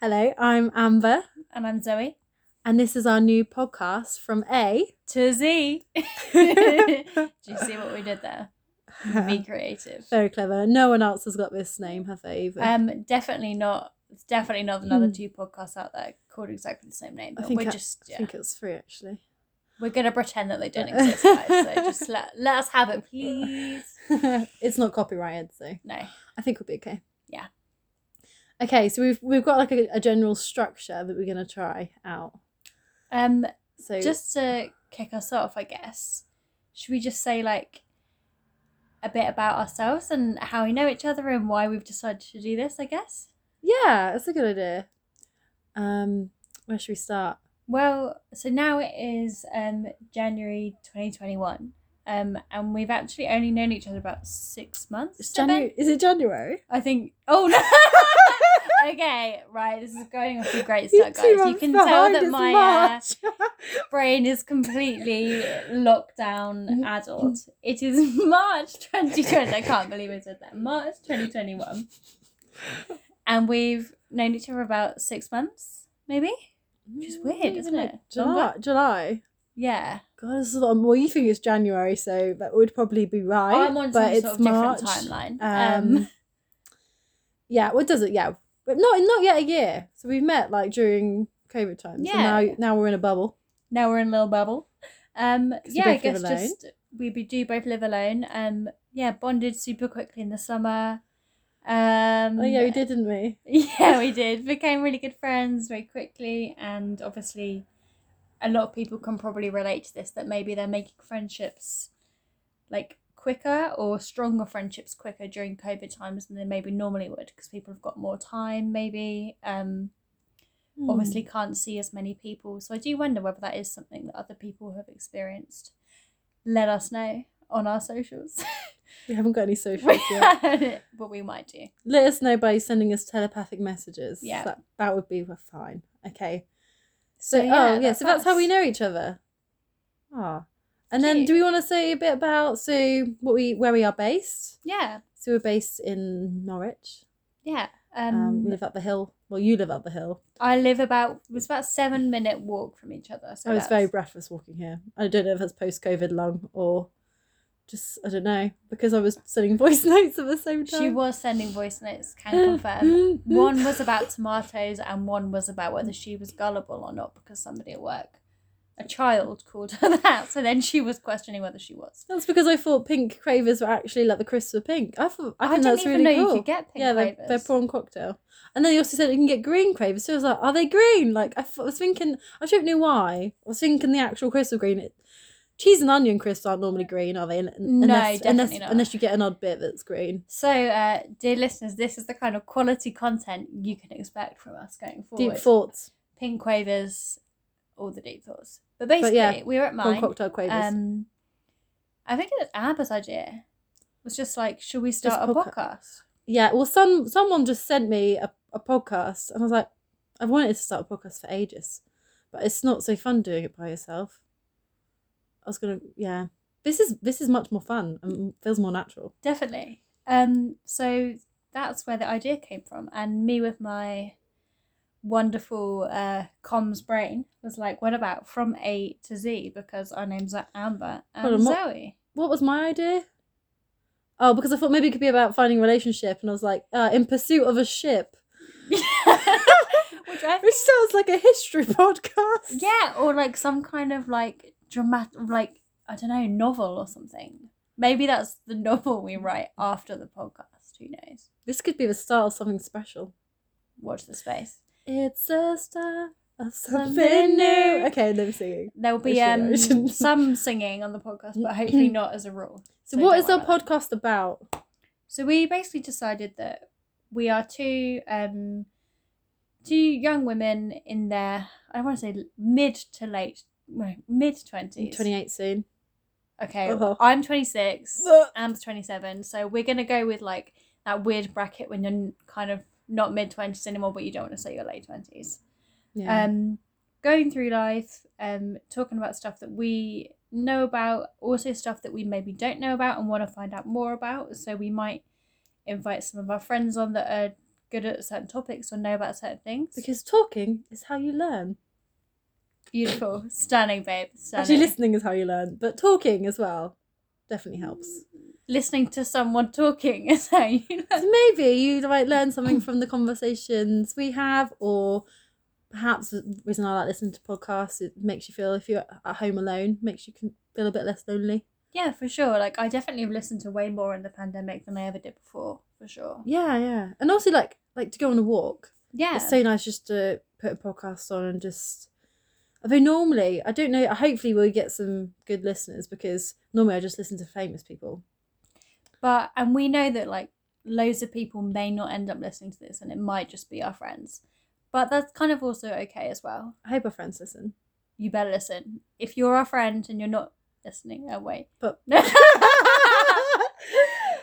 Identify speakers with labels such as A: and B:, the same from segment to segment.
A: Hello, I'm Amber,
B: And I'm Zoe.
A: and this is our new podcast from A.
B: To Z. Do you see what we did there? Be creative.
A: Very clever. No one else has got this name, have they? Even
B: Um, definitely not. It's definitely not another two podcasts out there called exactly the same name.
A: Hmm. I
B: But
A: think
B: we're
A: I-
B: just
A: I
B: yeah,
A: think it's free actually.
B: we're gonna pretend that they don't
A: Yeah.
B: exist. Guys, so just let let us have it, please.
A: it's not copyrighted, so
B: No,
A: I think we'll be okay.
B: Yeah.
A: Okay, so we've we've got like a, a general structure that we're gonna try out.
B: um,
A: So
B: just to kick us off, I guess. Should we just say like a bit about ourselves and how we know each other and why we've decided to do this? I guess.
A: yeah, that's a good idea. Um, where should we start?
B: Well, so now it is um, January 2021, um, and we've actually only known each other about six months.
A: It's
B: I bet.
A: January. Is it January?
B: I think. Oh no. okay, right. This is going off to a great
A: You're
B: start,
A: two
B: guys. You
A: months
B: can tell
A: behind,
B: that
A: it's
B: my uh,
A: March.
B: brain is completely locked down. Adult. It is March 2020. I can't believe I said that. March 2021, and we've known each other about six months, maybe. Which is weird, isn't it?
A: July. July.
B: Yeah.
A: God, this is a lot. Well, you think it's January, so that would probably be right.
B: I'm on
A: but
B: some
A: it's
B: sort of
A: March.
B: different timeline. Um,
A: Um, yeah, what does it? Yeah, but not not yet a year. So we've met like during COVID times.
B: Yeah.
A: And now now we're in a bubble.
B: now we're in little bubble. Um,
A: we
B: yeah, I
A: both live
B: guess
A: alone.
B: just we be- do both live alone. Um, yeah, bonded super quickly in the summer. Um,
A: Oh yeah, we did, didn't we?
B: yeah, we did. Became really good friends very quickly, and obviously, a lot of people can probably relate to this. That maybe they're making friendships, like quicker or stronger friendships quicker during COVID times than they maybe normally would because people have got more time. Maybe. Um,
A: Hmm.
B: obviously can't see as many people. So I do wonder whether that is something that other people have experienced. Let us know on our socials.
A: we haven't got any socials yet.
B: but we might do.
A: Let us know by sending us telepathic messages.
B: Yeah.
A: that, that would be we're fine. Okay.
B: So,
A: So,
B: yeah,
A: oh yeah,
B: that's
A: so that's how we
B: us.
A: know each other. Ah, and then
B: Cute.
A: do we want to say a bit about so what we where we are based?
B: Yeah,
A: So we're based in Norwich.
B: yeah. Um,
A: Um, live up the hill. Well, you live up the hill.
B: I live about it was about seven minute walk from each other. So
A: I was
B: that's-
A: Oh, very breathless walking here. I don't know if that's post COVID lung or just I don't know because I was sending voice notes at the same time.
B: She was sending voice notes. Can confirm. One was about tomatoes, and one was about whether she was gullible or not because somebody at work, a child, called her that. So then she was questioning whether she was.
A: That's because I thought pink cravers were actually like the crisps were pink. I thought I,
B: I,
A: think
B: didn't
A: that's
B: even
A: really
B: know
A: cool.
B: you could get pink
A: yeah, they're,
B: flavors.
A: they're prawn cocktail. And then they also said you can get green cravers. So I was like, are they green? Like I, thought- I was thinking, I don't know why. I was thinking the actual crystal green. It, cheese and onion crisps aren't normally green, are they? Un-
B: No,
A: unless, unless,
B: definitely not.
A: unless you get an odd bit that's green.
B: So, uh, dear listeners, this is the kind of quality content you can expect from us going forward.
A: Deep thoughts,
B: Pink quavers, all the deep thoughts. But basically,
A: yeah,
B: we were at
A: prawn
B: mine.
A: cocktail quavers.
B: Um, I think it was Abba's idea. It was just like, should we
A: Just
B: start a
A: podca-
B: podcast?
A: Yeah, well, some someone just sent me a, a podcast, and I was like, I've wanted to start a podcast for ages, but it's not so fun doing it by yourself. I was gonna, yeah, this is this is much more fun and feels more natural.
B: Definitely. Um, so that's where the idea came from, and me with my wonderful uh, comms brain was like, what about from A to Z? Because our names are Amber
A: Hold on,
B: and
A: what-
B: Zoe.
A: What was my idea? Oh, because I thought maybe it could be about finding a relationship, and I was like, uh, in pursuit of a ship,
B: Which I
A: which sounds like a history podcast.
B: yeah, or like some kind of like dramatic, like I don't know, novel or something. Maybe that's the novel we write after the podcast. Who knows?
A: this could be the start of something special.
B: Watch the space.
A: It's a star of
B: Something
A: something new.
B: new.
A: Okay, no singing.
B: There will be
A: I should- I
B: um
A: shouldn't.
B: some singing on the podcast, but hopefully not as a rule.
A: So, what
B: don't
A: is
B: worry
A: our
B: about that.
A: podcast about?
B: So we basically decided that we are two um two young women in their I want to say mid to late mid twenties.
A: 28 soon.
B: Okay,
A: Uh-huh.
B: I'm 26.
A: Ugh.
B: Am's 27. So we're gonna go with like that weird bracket when you're n- kind of not mid 20s anymore, but you don't want to say you're late 20s.
A: Yeah.
B: Um, going through life, um, talking about stuff that we know about, also stuff that we maybe don't know about and want to find out more about. So we might invite some of our friends on that are good at certain topics or know about certain things.
A: Because talking is how you learn.
B: Beautiful, stunning, babe. Stunning.
A: Actually, listening is how you learn, but talking as well definitely helps.
B: listening to someone talking is how you know.
A: So maybe you might learn something from the conversations we have, or perhaps the reason I like listening to podcasts it makes you feel if you're at home alone, makes you can feel a bit less lonely.
B: Yeah, for sure. Like I definitely have listened to way more in the pandemic than I ever did before, for sure.
A: Yeah, yeah, and also like like to go on a walk.
B: Yeah.
A: It's so nice just to put a podcast on and just. Although normally I don't know. Hopefully we'll get some good listeners because normally I just listen to famous people.
B: but and we know that like loads of people may not end up listening to this and it might just be our friends. But that's kind of also okay as well.
A: I hope our friends listen.
B: You better listen. If you're our friend and you're not listening, oh wait.
A: But
B: No.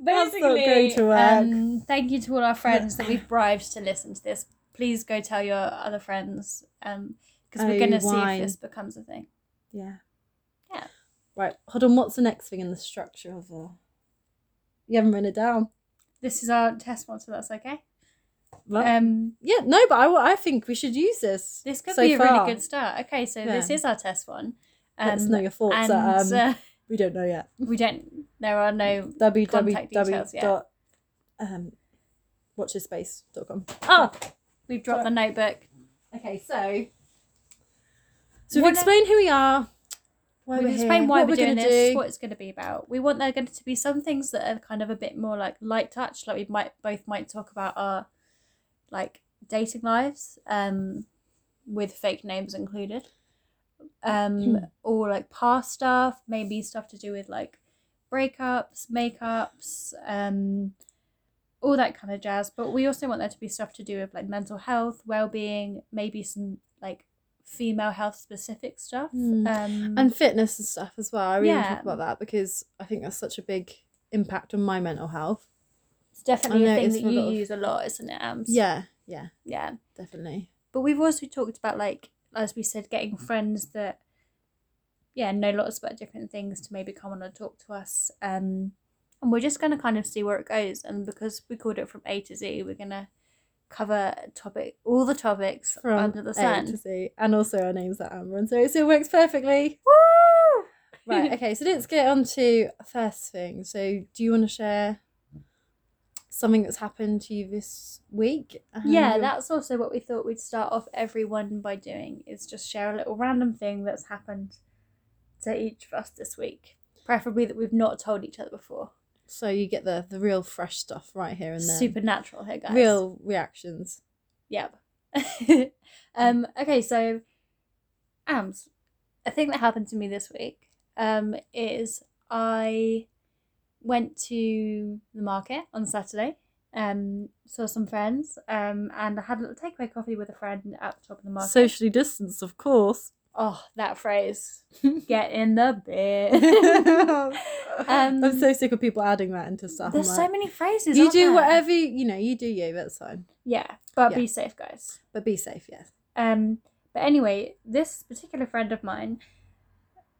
A: That's
B: Basically,
A: not going to work.
B: Um, thank you to all our friends that we've bribed to listen to this. Please go tell your other friends because
A: Oh,
B: we're going to see
A: wine.
B: if this becomes a thing.
A: Yeah.
B: Yeah.
A: Right. Hold on. What's the next thing in the structure of the? You haven't written it down.
B: This is our test one, so that's okay.
A: Well,
B: Um,
A: yeah. No, but I, I think we should use this.
B: this could
A: so
B: be a
A: far.
B: really good start. Okay, so this
A: Yeah.
B: is our test one.
A: Let us know your thoughts.
B: and
A: at, um,
B: uh,
A: we don't know yet.
B: we don't. There are no. contact details, yeah.
A: www. Dot, um, watchthisspace.com. Ah.
B: oh, We've dropped the notebook.
A: Okay. So. So
B: What
A: we've
B: a-
A: explained who we are. Why
B: We've
A: we're
B: explained
A: here,
B: why
A: what
B: we're doing
A: gonna
B: this,
A: do.
B: what it's going to be about. We want there going to be some things that are kind of a bit more like light touch, like we might both might talk about our like dating lives, um, with fake names included,
A: Hmm.
B: um, or like past stuff, maybe stuff to do with like breakups, makeups, um, all that kind of jazz. But we also want there to be stuff to do with like mental health, well being, maybe some like female health specific stuff.
A: Hmm.
B: Um,
A: and fitness and stuff as well. I really want to
B: Yeah.
A: talk about that because I think that's such a big impact on my mental health.
B: It's definitely
A: I
B: a
A: noticed
B: thing that
A: a
B: you
A: lot of-
B: use a lot, isn't it, Ams?
A: Yeah, yeah,
B: Yeah.
A: definitely.
B: But we've also talked about like, as we said, getting
A: Mm.
B: friends that yeah, know lots about different things to maybe come on and talk to us. Um and we're just gonna kind of see where it goes. And because we called it from A to Z, we're gonna cover topic all the topics
A: From
B: under the
A: A to
B: sun.
A: Z, and also our names are Amber, and so so it works perfectly.
B: Woo!
A: Right. Okay. So let's get on to first thing. So do you want to share something that's happened to you this week? Um, and
B: Yeah,
A: your-
B: that's also what we thought we'd start off everyone by doing is just share a little random thing that's happened to each of us this week. Preferably that we've not told each other before.
A: So you get the the real fresh stuff right here and then.
B: Supernatural here, guys.
A: Real reactions.
B: Yep. um, okay, so Ams, a thing that happened to me this week um, is I went to the market on Saturday, um, saw some friends, um, and I had a little takeaway coffee with a friend at the top of the market.
A: Socially distanced, of course.
B: Oh, that phrase. Get in the bed. Um,
A: I'm so sick of people adding that into stuff.
B: There's
A: I'm
B: so
A: like,
B: many phrases.
A: You
B: aren't
A: do
B: there?
A: whatever you, you know. You do you. That's fine.
B: Yeah, but
A: Yeah.
B: be safe, guys.
A: But be safe. Yes.
B: Um, but anyway, this particular friend of mine,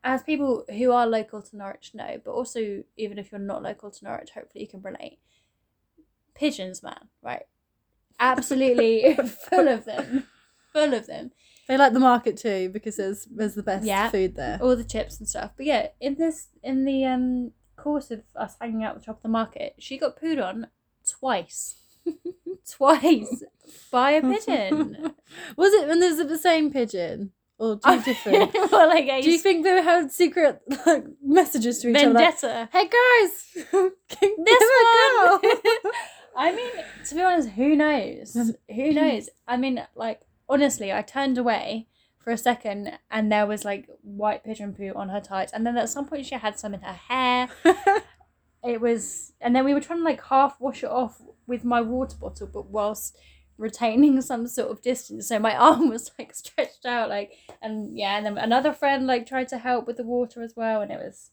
B: as people who are local to Norwich know, but also even if you're not local to Norwich, hopefully you can relate. Pigeons, man, right? Absolutely full of them, full of them.
A: They like the market too because there's there's the best
B: Yeah. Oh,
A: food there.
B: all the chips and stuff. But yeah, in this in the um course of us hanging out at the top of the market, she got pooed on twice. twice by a pigeon. Oh,
A: Was it when there's the same pigeon or two different?
B: well, like a
A: do you think they had secret like messages to each other? Like,
B: vendetta.
A: hey guys, give
B: This
A: a go."
B: one. I mean, to be honest, who knows?
A: Um,
B: Who knows? I mean, like honestly, I turned away for a second, and there was like white pigeon poo on her tights, and then at some point she had some in her hair. it was and then we were trying to like half wash it off with my water bottle but whilst retaining some sort of distance so my arm was like stretched out like and yeah and then another friend like tried to help with the water as well and it was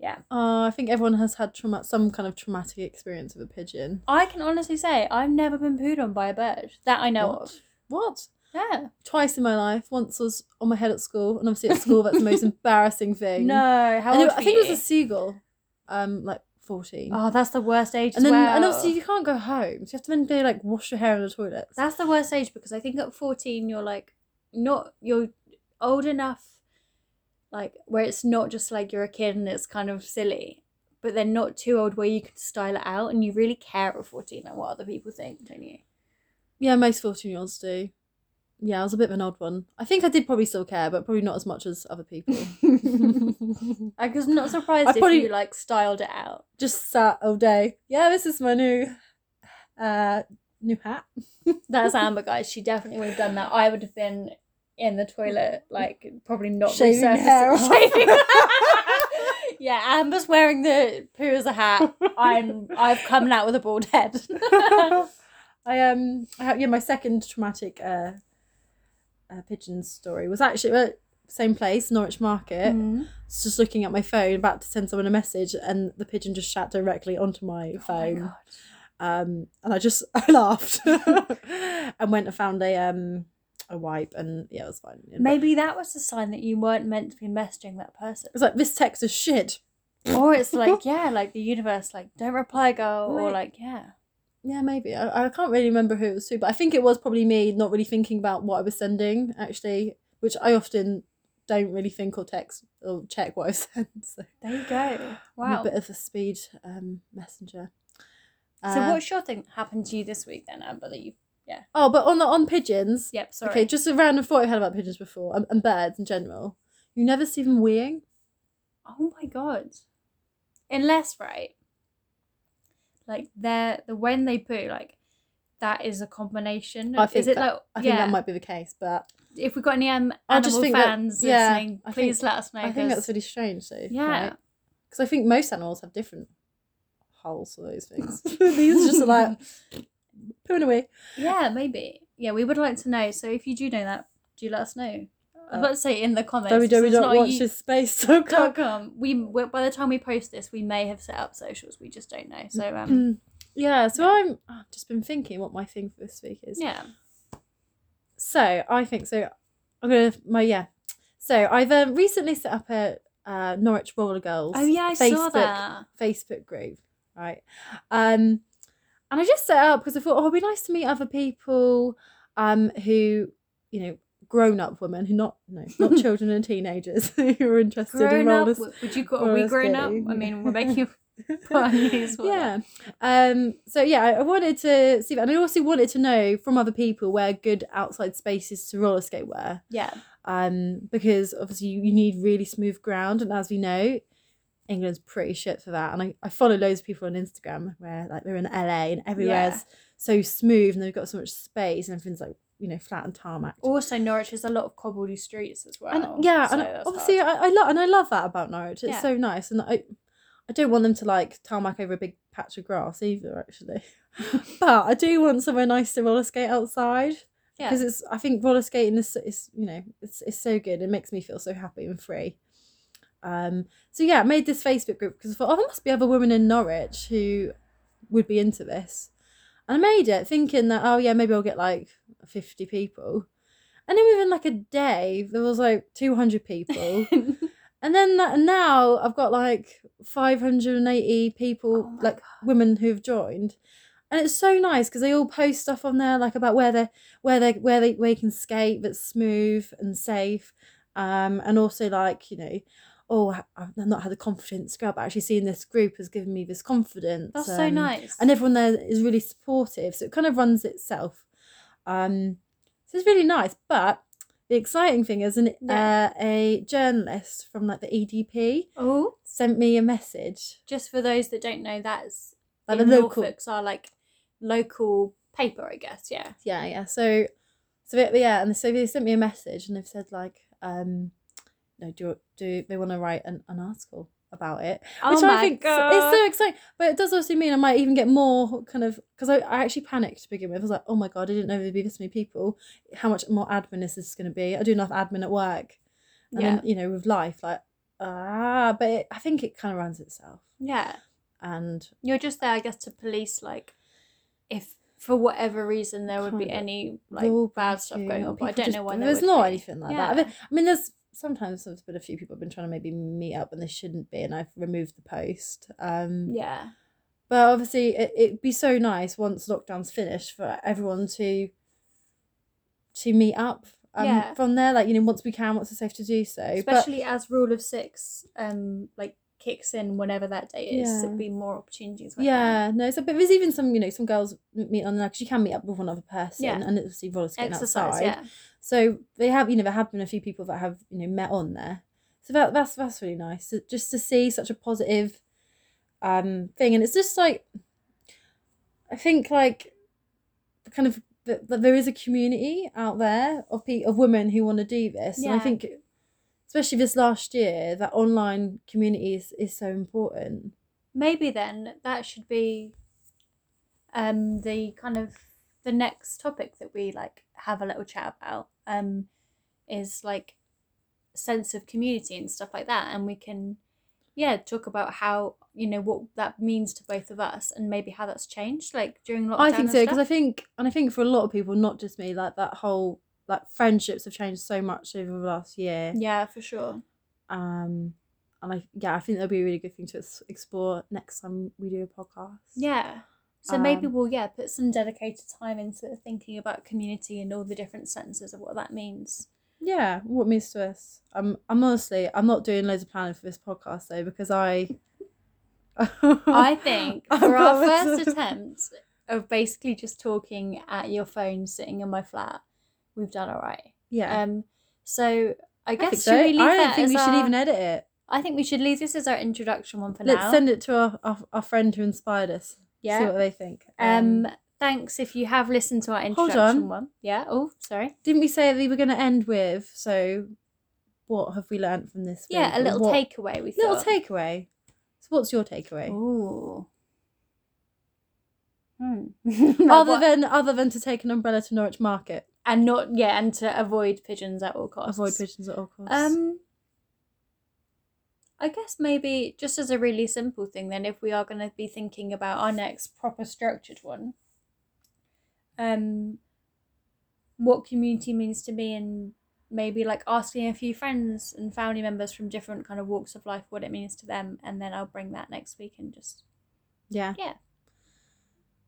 A: Oh, I think everyone has had trauma- some kind of traumatic experience of a pigeon.
B: i can honestly say i've never been pooed on by a bird that i know of
A: What? What?
B: yeah
A: Twice in my life. Once was on my head at school, and obviously at school that's the most embarrassing thing.
B: no how
A: And
B: old
A: it- I
B: were
A: think it was
B: you?
A: a seagull, um, like 14.
B: Oh, that's the worst age.
A: and then,
B: as well.
A: and obviously, you can't go home. So you have to then go, like, wash your hair in the toilet.
B: That's the worst age because I think at 14 you're like not you're old enough like where it's not just like you're a kid and it's kind of silly, but then not too old where you can style it out and you really care at 14 like what other people think, don't you?
A: Yeah, most 14 year olds do. Yeah, I was a bit of an odd one. I think I did probably still care, but probably not as much as other people.
B: I was not surprised
A: I
B: if
A: probably-
B: you like styled it out.
A: Just sat all day. Yeah, this is my new uh new hat.
B: That's Amber guys, she definitely would have done that. I would have been in the toilet, like probably not
A: Shaving
B: resurfacing-
A: hair off.
B: shaving- yeah, Amber's wearing the poo as a hat. I'm I've come out with a bald head.
A: I um I have, yeah, my second traumatic uh, uh pigeon story was actually well, same place, Norwich Market.
B: Mm.
A: was just looking at my phone, about to send someone a message, and the pigeon just shat directly onto my
B: Oh
A: phone. um, and I just I laughed and went and found a um a wipe, and yeah, it was fine. Yeah, but
B: Maybe that was a sign that you weren't meant to be messaging that person.
A: it was like this text is shit.
B: Or it's like, yeah, like the universe, like, don't reply, girl. Or
A: Right.
B: like, yeah.
A: Yeah, maybe I, I can't really remember who it was to, but I think it was probably me not really thinking about what I was sending actually, which I often don't really think or text or check what I send. So
B: There you go.
A: I'm
B: Wow.
A: a bit of a speed um messenger.
B: so,
A: Uh,
B: what's your thing that happened to you this week then, Amber? That you,
A: oh, but on the on pigeons.
B: yep, sorry.
A: Okay, just a random thought I've had about pigeons before and, and birds in general. You never see them weeing.
B: Oh my god. Unless, right, like they're the when they poo, like that is a combination.
A: I
B: of-
A: think
B: is it
A: that-
B: like
A: I
B: yeah?
A: think that might be the case, but
B: if we've got any um,
A: I just
B: animal
A: think that-
B: fans
A: yeah,
B: listening,
A: I think-
B: please let us know.
A: I think
B: 'cause-
A: that's really strange. So
B: yeah.
A: because I think most animals have different holes for those things. These are just like pooing away.
B: Yeah, maybe. Yeah, we would like to know. So if you do know that, do let us know. I was
A: Uh,
B: about to say in the comments. so it's not a you- dot
A: www.watchthispace.com.
B: com. We we- by the time we post this, we may have set up socials. We just don't know. So um,
A: Mm. Yeah, so I'm I've just been thinking what my thing for this week is.
B: yeah.
A: So I think so. I'm gonna my yeah. So I've um, recently set up a uh, Norwich Roller Girls.
B: Oh yeah, I saw
A: Facebook
B: that.
A: Facebook group, right? Um, and I just set it up because I thought, oh, it'd be nice to meet other people um, who, you know, grown up women who not no not children and teenagers who are interested in
B: Grown up?
A: roller.
B: w- Would you call
A: roller
B: we grown up?
A: skating.
B: I mean, we're making a pun use for that.
A: yeah. Um, so yeah, I, I wanted to see that, and I also wanted to know from other people where good outside spaces to roller skate were.
B: Yeah.
A: um, because obviously you, you need really smooth ground, and as we know, England's pretty shit for that. And I, I follow loads of people on Instagram where like they're in LA and everywhere's so smooth and they've got so much space and everything's like you know flat and tarmac.
B: Also, Norwich has a lot of cobbledy streets as well.
A: and yeah,
B: so
A: and
B: that's
A: obviously uh,
B: hard.
A: I, I love and I love that about Norwich. It's
B: Yeah.
A: so nice, and I I don't want them to like tarmac over a big patch of grass either, actually. but I do want somewhere nice to roller skate outside
B: yeah.
A: because it's I think roller skating is, is you know it's it's so good. It makes me feel so happy and free. Um, so yeah, I made this Facebook group because I thought oh, there must be other women in Norwich who would be into this, and I made it thinking that oh yeah maybe I'll get like fifty people, and then within like a day there was like two hundred people. And then that, and now I've got like 580 people,
B: Oh my
A: like women who've joined. And it's so nice because they all post stuff on there, like about where they where they where they where you can skate that's smooth and safe, um, and also like you know, oh I- I've not had the confidence to go, but actually seeing this group has given me this confidence.
B: that's so
A: um,
B: nice.
A: and everyone there is really supportive so it kind of runs itself um so it's really nice but the exciting thing is an,
B: Yeah.
A: uh, a journalist from like the edp
B: oh,
A: sent me a message
B: just for those that don't know, that's
A: like
B: the
A: the local
B: Norfolk's are like local paper, I guess. Yeah.
A: yeah yeah so so they- yeah and so they sent me a message and they've said like um no do do they want to write an, an article about it
B: Oh
A: which I think it's so exciting. But it does also mean I might even get more kind of because I, I actually panicked to begin with. I was like, oh my god, I didn't know there'd be this many people. How much more admin is this going to be? I do enough admin at work, and
B: yeah.
A: then you know with life, like ah. But it, I think it kind of runs itself,
B: yeah.
A: and
B: You're just there, I guess, to police like if for whatever reason there would be
A: Kind of.
B: any
A: Law
B: like bad stuff
A: breaking
B: going
A: and
B: on. But I
A: people
B: don't
A: just-
B: know why there
A: There's
B: would
A: not
B: be.
A: anything like that.
B: Yeah.
A: I mean, I mean, there's sometimes there's been a few people have been trying to maybe meet up and they shouldn't be, and I've removed the post. Um,
B: Yeah.
A: But obviously, it, it'd be so nice once lockdown's finished for everyone to to meet up. Um,
B: Yeah.
A: From there, like you know, once we can, once it's safe to do so. but
B: Especially as rule of six um like kicks in whenever that day is,
A: Yeah.
B: it'd be more opportunities like that.
A: yeah, no. So, but there's even some, you know, some girls m- meet online because you can meet up with one other person,
B: Yeah.
A: and it's obviously roller skating
B: Exercise,
A: outside.
B: yeah.
A: So they have, you know, there have been a few people that have, you know, met on there. So that that's that's really nice. to- Just to see such a positive um thing, and it's just like I think like the kind of that that there is a community out there of pe- of women who want to do this, and I
B: Yeah.
A: think especially this last year that online community is, is so important.
B: Maybe then that should be um the kind of the next topic that we like have a little chat about. Um is like sense of community and stuff like that and we can yeah talk about how you know what that means to both of us and maybe how that's changed like during lockdown
A: I think
B: and
A: so
B: stuff.
A: because I think, and I think for a lot of people, not just me, like that whole like friendships have changed so much over the last year.
B: yeah for sure
A: um and i yeah i think that'll be a really good thing to ex- explore next time we do a podcast
B: Yeah. So maybe
A: Um,
B: we'll yeah put some dedicated time into thinking about community and all the different senses of what that means.
A: yeah what means to us um i'm honestly i'm not doing loads of planning for this podcast though because i
B: I think
A: I've
B: for our
A: got
B: first
A: loads of-
B: attempt of basically just talking at your phone sitting in my flat, we've done all right.
A: yeah
B: Um. So I
A: I,
B: guess
A: think
B: should
A: so.
B: we leave
A: I
B: that
A: don't think
B: as
A: we should
B: our-
A: even edit it.
B: I think we should leave this as our introduction one for
A: Let's
B: now.
A: send it to our, our, our friend who inspired us. See
B: yeah.
A: what they think.
B: Um. Thanks if you have listened to our
A: Hold
B: introduction
A: on.
B: one. Yeah. Oh, sorry.
A: didn't we say we were going to end with? So, what have we learned from this?
B: Yeah,
A: week?
B: a little
A: What-
B: takeaway. We
A: Little
B: thought.
A: takeaway. So, what's your takeaway?
B: Ooh. Hmm.
A: other
B: Other than
A: than other than to take an umbrella to Norwich Market,
B: and not yeah, and to avoid pigeons at all costs.
A: avoid pigeons at all costs.
B: Um, I guess maybe just as a really simple thing, then, if we are going to be thinking about our next proper structured one, um, what community means to me, and maybe like asking a few friends and family members from different kind of walks of life what it means to them, and then I'll bring that next week and just
A: yeah,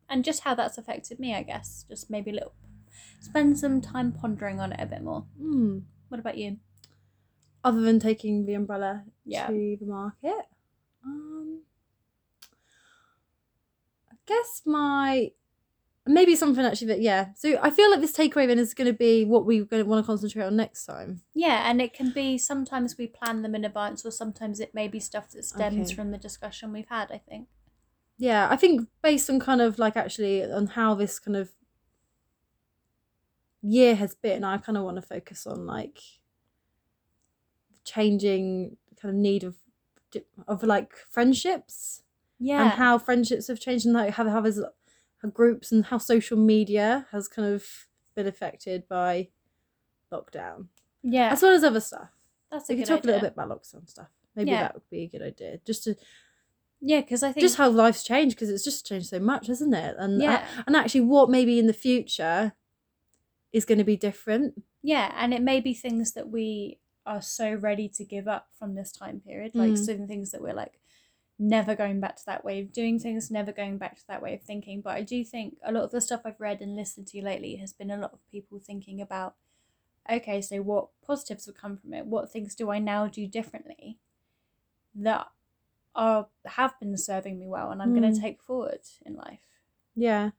B: and just how that's affected me, I guess. Just maybe a little, spend some time pondering on it a bit more.
A: mm.
B: What about you?
A: other than taking the umbrella
B: Yeah.
A: to the market, um, I guess my maybe something actually that yeah. So I feel like this takeaway then is going to be what we're going to want to concentrate on next time.
B: Yeah, and it can be sometimes we plan them in advance, or sometimes it may be stuff that stems
A: Okay.
B: from the discussion we've had. I think.
A: Yeah, I think based on kind of like actually on how this kind of year has been, I kind of want to focus on like changing kind of need of of like friendships
B: Yeah.
A: and how friendships have changed and like how how is how groups and how social media has kind of been affected by lockdown
B: yeah.
A: as well as other stuff.
B: That's a
A: We could
B: good
A: talk a
B: idea.
A: little bit about lockdown stuff. Maybe
B: Yeah.
A: that would be a good idea. Just to
B: Yeah, because I think.
A: just how life's changed because it's just changed so much, isn't it? And uh,
B: yeah.
A: and actually what maybe in the future is going to be different
B: Yeah, and it may be things that we are so ready to give up from this time period, like
A: Mm.
B: certain things that we're like never going back to that way of doing things, never going back to that way of thinking. But I do think a lot of the stuff I've read and listened to lately has been a lot of people thinking about okay, so what positives would come from it? What things do I now do differently that are have been serving me well and I'm going
A: Mm.
B: to take forward in life?
A: yeah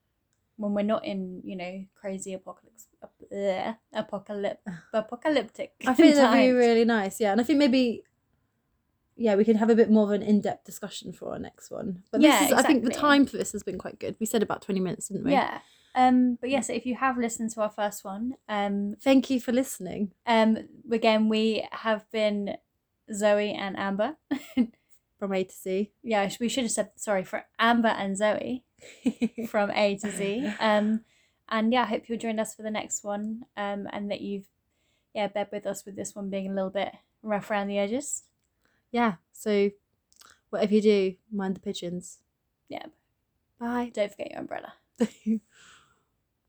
B: when we're not in you know crazy apocalypse ap- bleh, apocalypse apocalyptic
A: i think that'd be
B: times.
A: really nice yeah and i think maybe yeah we could have a bit more of an in-depth discussion for our next one but
B: Yeah,
A: this is i think the
B: exactly.
A: time for this has been quite good we said about 20 minutes didn't we
B: yeah um but yes if you have listened to our first one um
A: thank you for listening
B: um again we have been zoe and amber
A: from a to z
B: yeah we should have said sorry for amber and zoe from a to z um and yeah i hope you'll join us for the next one um and that you've yeah bed with us with this one being a little bit rough around the edges
A: yeah so whatever you do mind the pigeons
B: Yeah.
A: bye
B: don't forget your umbrella